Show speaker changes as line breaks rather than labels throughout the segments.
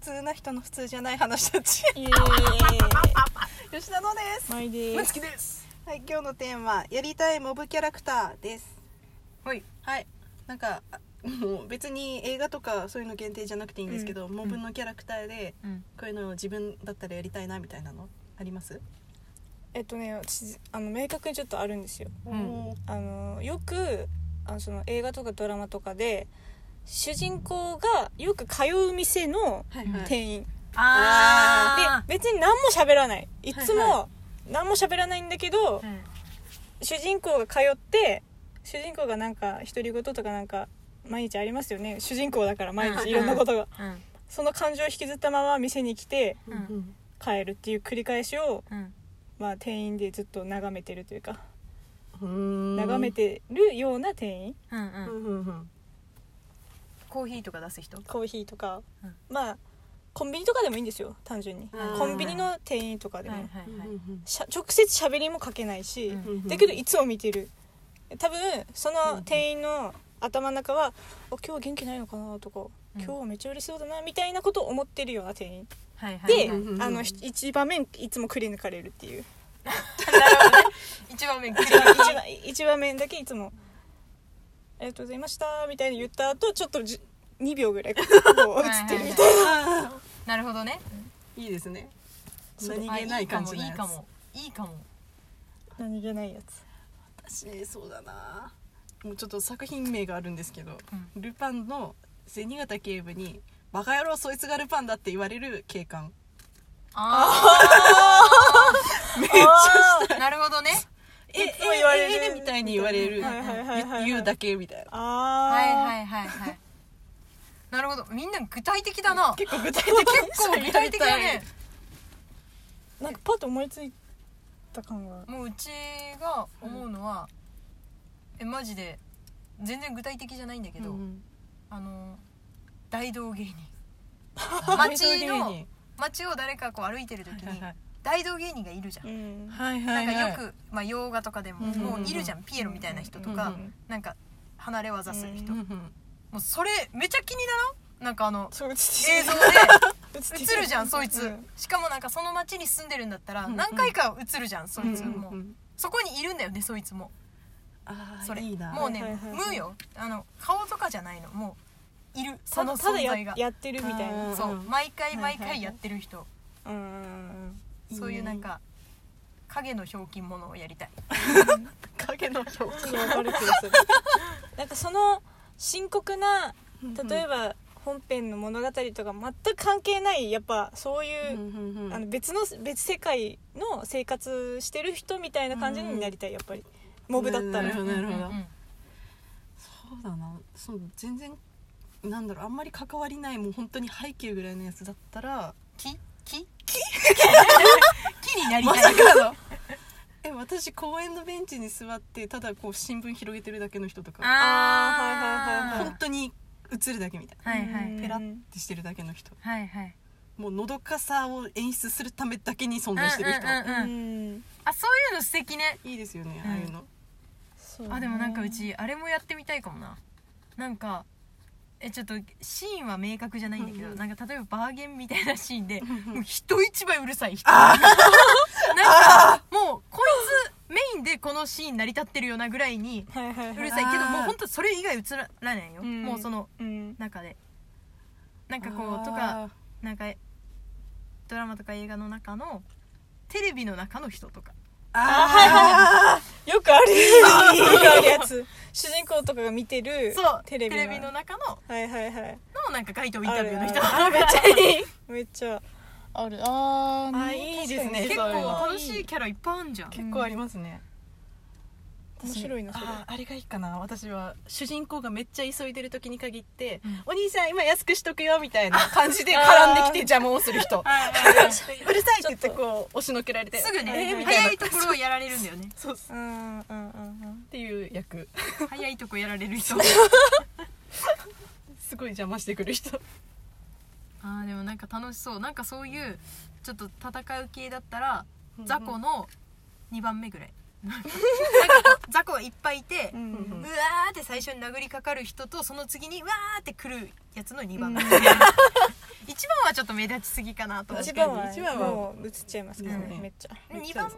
通な人の普通じゃない話たち
イエー
吉田のです
イマイで
ム
す
ツキです
はい今日のテーマやりたいモブキャラクターです
はい
はいなんかあもう別に映画とかそういうの限定じゃなくていいんですけど、
うん
モブのキャラクターで
うん
こういうのを自分だったらやりたいなみたいなのあります、
えっとね私あの明確にちょっとあるんですよ
うん
おー
あのよくあのその映画とかドラマとかで主人公がよく通う店の
はいはい
店員、
あ
で別に何も喋らないいつ
はい
も何も喋らないんだけど、
ーうん
主人公が通って主人公がなんか独り言とかなんか毎日ありますよね主人公だから毎
うん
日いろんなことが
うん
その感情を引きずったまま店に来て
う
うんん
うん
帰るっていう繰り返しを、
うん
まあ、店員でずっと眺めてるというか
うーん
眺めてるような店員
うん
うん
うん
うんうん
コーヒーとか出す人
コーヒーとか、
うん
まあコンビニとかでもいいんですよ単純に
うん
コンビニの店員とかでも、
うんうん
しゃ直接喋りもかけないし、
うん
うん
だけどいつも見てる多分その店員の頭の中は「あ今日は元気ないのかな」とか「
うん
今日はめっちゃ嬉しそうだな」みたいなことを思ってるような店員
はいはい
で
はい
うん
あのひ一場面いつもくり抜かれるっていう
一番目
一番一場面だけいつも「ありがとうございました」みたいに言った後ちょっとじ2秒ぐらいこう映ってるみたいな
あ
なるほどね
ーいいですね
そう
何気ない感じの
い
や
い
つ
かもいいかも
何気ないやつ
私そうだなもうちょっと作品名があるんですけど、
う
ルパンの銭形警部に「バカ野郎そいつがルパンだ」って言われる警官
あ
めっち
あなるほどね
え
いつも言われる
えええみたいに言われる
はいはいはいはいはい
言うだけみたいな
あ
はい
あ、
はいはいはいなるほどみんな具体的だな
結構具体的
結構具体的だね
なんかパッと思いついた感が
もううちが思うのは、えマジで全然具体的じゃないんだけ
けど
ど、あの大道芸人
街
街
の
の街を誰かこう歩いてる時に
は
大道芸人がいるじゃん、
うん
いはいはい
なんかよく、まあ、洋画とかでも、
うんうんうん
もういるじゃんピエロみたいな人と
が
か、なんか離れ技する人、
うんう
も
ん
うそれめちゃ気にならんなんかあの
そう映って
映像 で
映
映るじゃんそいつ、
うん
しかもなんかその街に住んでるんだったら
うんうん
何回か映るじゃん、そいつ
うん
も、
うんうん
そこにいるんだよねそいつも
あー
それ
いいな
もうね、
はいはいはい
無よあの顔とかじゃないのもういるそ
た
の
だた
存
だ
在
や
が
やってるみたいな
うん
そう毎回
はい
毎
はいはい
回やってる人、
うんうん
いいね
そういうなんか影のひょうきんものをやりたい
影の表
うんわかる気がするなんかその深刻な例えば本編の物語とか全く関係ないやっぱそういう、あの別の別世界の生活してる人みたいな感じになりたいやっぱりモブだった
なる
ら
ほどなるほど
うんうん
そうだなその全然なんだろうあんまり関わりないもう本当に背景ぐらいのやつだったら
木木木 木になり
ま
た
さ
い
かのえ私公園のベンチに座ってただこう新聞広げてるだけの人とか
あーはいはいはい
本当に映るだけみたいなっ
はいはい
うん
ペラッてしてるだけの人
はいはい
もうのどかさを演出するためだけに存在してる人
うんうんうん
うん
あそういうの素敵ね
いいですよね
うん
ああいうの
そうね
あでもなんかうちあれもやってみたいかもななんかえちょっとシーンは明確じゃないんだけど、
うんうん
なんか例えばバーゲンみたいなシーンで、
うん
もう人一倍うるさい人なんかもうこいつメインでこのシーン成り立ってるよなぐらいに
はいはいうは
る
い
さいけど
あー
もうほんとそれ以外映らないよ、
うん
もうその
うん
中でなんかこうとかなんかドラマとか映画の中のテレビの中の人とか
あーあ
よくあるよくあるやつ主人公とかが見てる
そう
テレビの
の中の
はいはいはい
のなんか街頭インタビューの人と
あ
か
る
めっちゃいい
めっちゃあるあ
ーいいですね
結
そういうの
構楽しいキャラいっぱいあんじゃん
ー結構ありますね
面白いなそれ
あーあれがいいかな私は主人公がめっちゃ急いでる時に限って
うん
「お兄さん今安くしとくよ」みたいな感じで絡んできて邪魔をする人 うるさいって言ってこう押しのけられて
すぐ
え
ね
ーみたいな
早いところをやられるんだよね
そうそう
うんうんうん
っていう役
早いとこやられる人
すごい邪魔してくる人
あーでもなんか楽しそうなんかそういうちょっと戦う系だったら雑
の
魚の2番目ぐらいなんかこう雑魚がいっぱいいて、
うんうん
うわーって最初に殴りかかる人とその次にうわーって来るやつの2番目、 一番はちょっと目立ちすぎかなと思っ
一
て
確かに
番は
一番は
もう映っちゃいますからね、
うん
めっちゃ
めっ
2
ちゃ
番目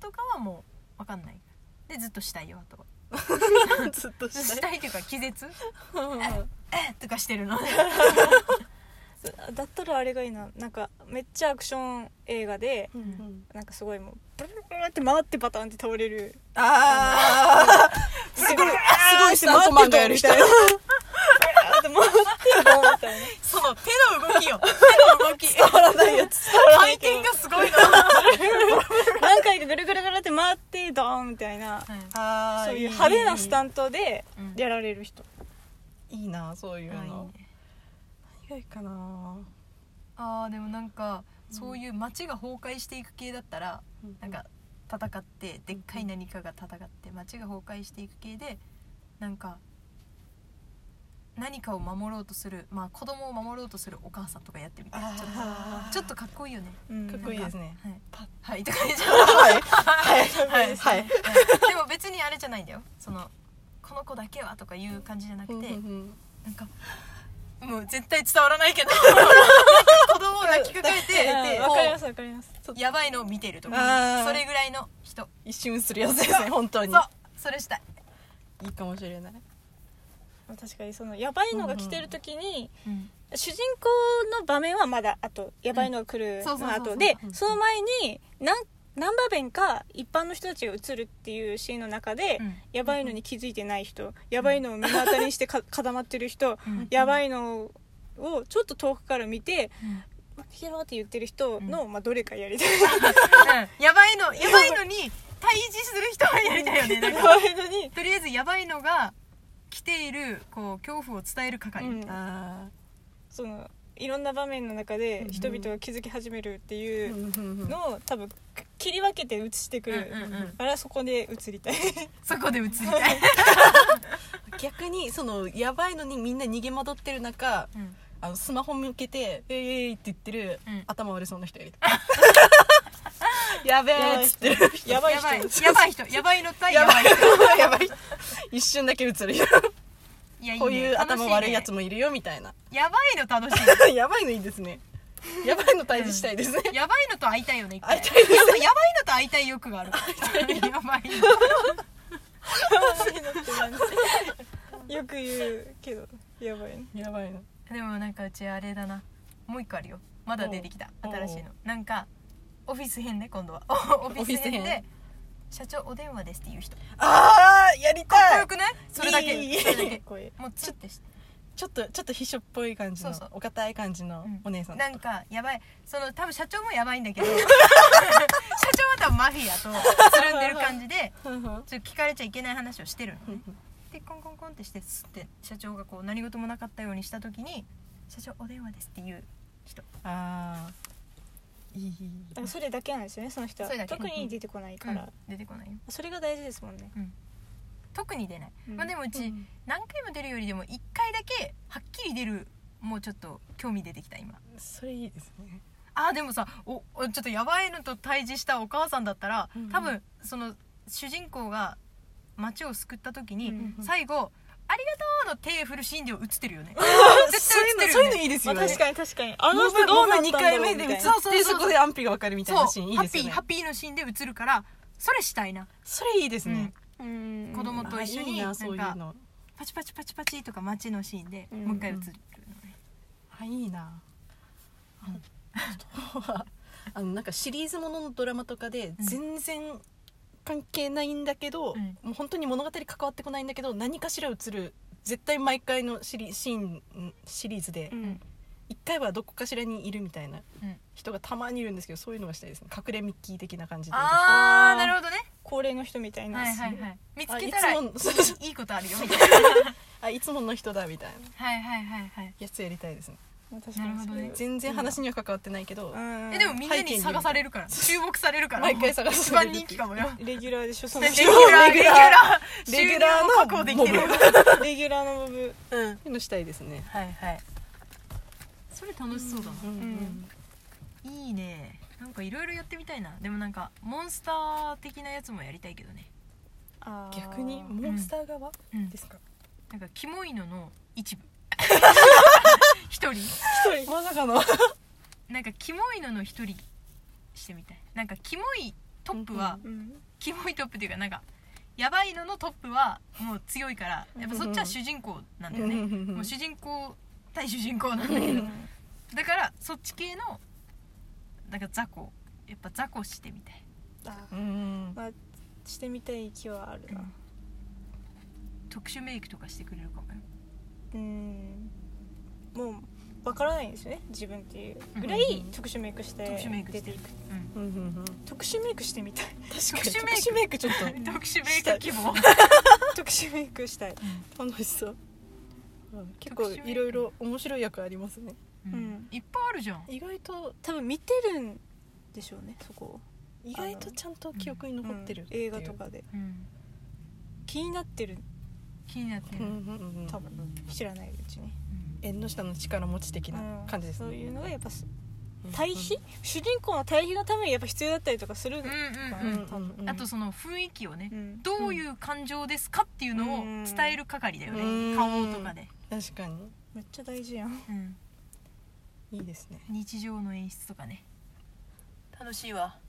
とかはもう分かんないでずっとしたいよあとは
ずっとし
した
い
たいというか気絶 とかしてるの
だったらあれがいいななんかめっちゃアクション映画で
うん
なんかすごいもうブルブルブルって回ってバタンって倒れる
あーすごいすごいスタントマンがやる人
回ってバタンって回ってこうみたいな
その手の動きよ手の動き
らないやつ
回転がすごいな、
何回かぐるぐるぐるって回ってドーンみたいな
あー
そういう派手なスタ
ン
ントで
うん
やられる人
いいなそういう
あ
の以外かな
あーでもなんかそういう街が崩壊していく系だったらなんか戦ってでっかい何かが戦って街が崩壊していく系でなんか何かを守ろうとするまあ子供を守ろうとするお母さんとかやってみたいちょっ
あー
とちょっとかっこいいよね
うん
かっこいいですね
はい
パッ
はいとか言っちゃう
はい
はい
はいはい
はいでも別にあれじゃないんだよそのこの子だけはとかいう感じじゃなくてなんかもう絶対伝わらないけどなんか子供を抱きかかえて
わかりますわかります
こうやばいのを見てると
あ
か
ー
それぐらいの人
一瞬するやつですね本当に
そうそれしたい、
いいかもしれない
確かにそのやばいのが来てる時に
うん
主人公の場面はまだあとやばいのが来る
そうそうそうそう
後で
うん
その前に何何場面か一般の人たちが映るっていうシーンの中で、やばいのに気づいてない人やばいのを目の当たりにしてか固まってる人
うん
やばいのをちょっと遠くから見て
うん
「ヒロ」って言ってる人の、まあ、どれかやりたい
やばいのやばいのに対峙する人はやりたいよねなん
や
か
ばいのに、
とりあえずやばいのが来ているこう恐怖を伝える係、
うん
あ
そのいろんな場面の中で人々が気づき始めるって
あ
いうのを多分切り分けて映してくる、
うんうんうん
からそこで映りたい
そこで映りたい、
逆にそのやばいのにみんな逃げ惑ってる中
うん
あのスマホ向けて「えいえい」って言ってる、
うん
頭悪そうな人い る やべえっつってる
やばい
やばい
人
やばい人やばいの対
や
や
ば
ば
い
い人
やばい一瞬だけ映るよ
いや
こういう頭悪いやつ
も
もいるよみたいな
やばいの楽しい
やばいのいいですねやばいの退治したいですね、
やばいのと会いたいよね一回
会いたい
やっぱやばいのと会いたい欲があるやばいの
よく言うけどやばいね
やばいの
でもなんかうちあれだなもう一個あるよまだ出てきた
おう
新しいのなんかオフィス編で今 度はオフィス
オフィ
編
ス編
で社長お電話ですって言う人か
あーやり
っこ
た
よくないそれだけ
いい
それだけ
こういう
もうツッてして
ちょっとちょっと秘書っぽい感じの
そうそう
お堅い感じの
うん
お姉さん
なんかやばいその多分社長もやばいんだ けど社長は多分マフィアとつるんでる感じで
ふんふん
ちょっと聞かれちゃいけない話をしてる
ふ
の
ん
ね
ふん
でコンコンコンってしてスッて社長がこう何事もなかったようにした時に「社長お電話です」っていう人
あーいいいいいい
だからそれだけなんですよねその人は
それだけ
特に出てこないから、
うん出てこないよ
それが大事ですもんね
特に出ない、
うん
まあでもうち、
うん
何回も出るよりでも1回だけはっきり出るもうちょっと興味出てきた今
それいいですね
あーでもさおおちょっとやばいのと対峙したお母さんだったら、
うん
多分その主人公が街を救った時に、
うん
最後「ありがとう」の手振るシーンで映ってるよ ね
そ
絶
うい
対
うのそ
映って
ういうの
るよね
いいです
ま
よ
あ
ね
確かに確かにあの
ノ
人
ブ
ど
ど
う
う
な
な
った
2
んだ
回
ろう
目
み
で映
たい
っ
な
そうそうそう
てそこで安否が分かるみたいなシ
そ
ーン
う
いい
ハ
で
ッ
す
ピー
よね
ハッピーのシーンで映るからそれしたいな、
それいいですね
うん
子供と一緒に
いい
な
な
んか
そういうの
パチパチパチパチとか街のシーンで
うん
もう一回映るのね、
あいいな あとはあのなんかシリーズもののドラマとかで
うん
全然関係ないんだけど、
うん
もう本当に物語関わってこないんだけど何かしら映る絶対毎回のシリシーンんシリーズで
うん
一回はどこかしらにいるみたいな
うん
人がたまにいるんですけどそういうのがしたいですね隠れミッキー的な感じで
あーなるほどね
高齢の人みたいな、
はいはいはい見つ
あ
け
い
たら
つ
い
ものそうそう
いいことある よみたいな
あいつもの人だみたいな
はいはいはいはい
やつやりたいですね
まあ確かにそれ
なるほどね
全然話には関わってないけど、
うん
えでもみんなに探されるから注目されるから
毎回探され
一
る
番人気かもよ
レギュラーでしょその
レギ
人
ュラーレギュラー
レ
レ
ギ
ギ
ュ
ュ
ラー
ラー
の
の確保できてる
モブ
レギュラーの部分
うん
そういうのしたいですね
はいはいそれ楽しそうだな
うんうん
いいねなんかいろいろやってみたいなでもなんかモンスター的なやつもやりたいけどね
あー
逆にモンスター側
うん
ですか
なんかキモいのの一部一人
一人
まさかの
なんかキモいのの一人してみたいなんかキモいトップは、
うん
キモいトップっていうかなんかやばいののトップはもう強いからやっぱそっちは主人公なんだよね、もう主人公対主人公なんだけど、
うん
だからそっち系のなんか雑魚やっぱ雑魚してみたい
あ
うん
まあしてみたい気はあるな
特殊メイクとかしてくれるかもよ
うんもうわからないんですよね自分っていうぐら
う
い
ん
特殊メイクして
特殊メイクし
出
て
ていく
う
う
ん
んうん
特殊メイクしてみたい
かに
特殊メイク特殊メイクちょっ
と
特殊メイク希望
と特殊メイクしたい
楽しそううん結構いろいろ面白い役ありますね
うん
うん
いっぱいあるじゃん
意外と
多分見てるんでしょうねそこを
意外とちゃんと記憶に残ってる
うん
っていう
映画とかで
うん
気になってる
気になって
うん
る、
うんうん
多分知らないうちに
縁の下の力持ち的な感じですね
そういうのがやっぱす
うん
対比主人公の対比のためにやっぱ必要だったりとかする
うん
の
うんうん
うんうん
あとその雰囲気をね、
うん
どういう感情ですかっていうのを伝える係だよね、
うん
顔とかで、
確かに
めっちゃ大事やん
うん
いいですね
日常の演出とかね楽しいわ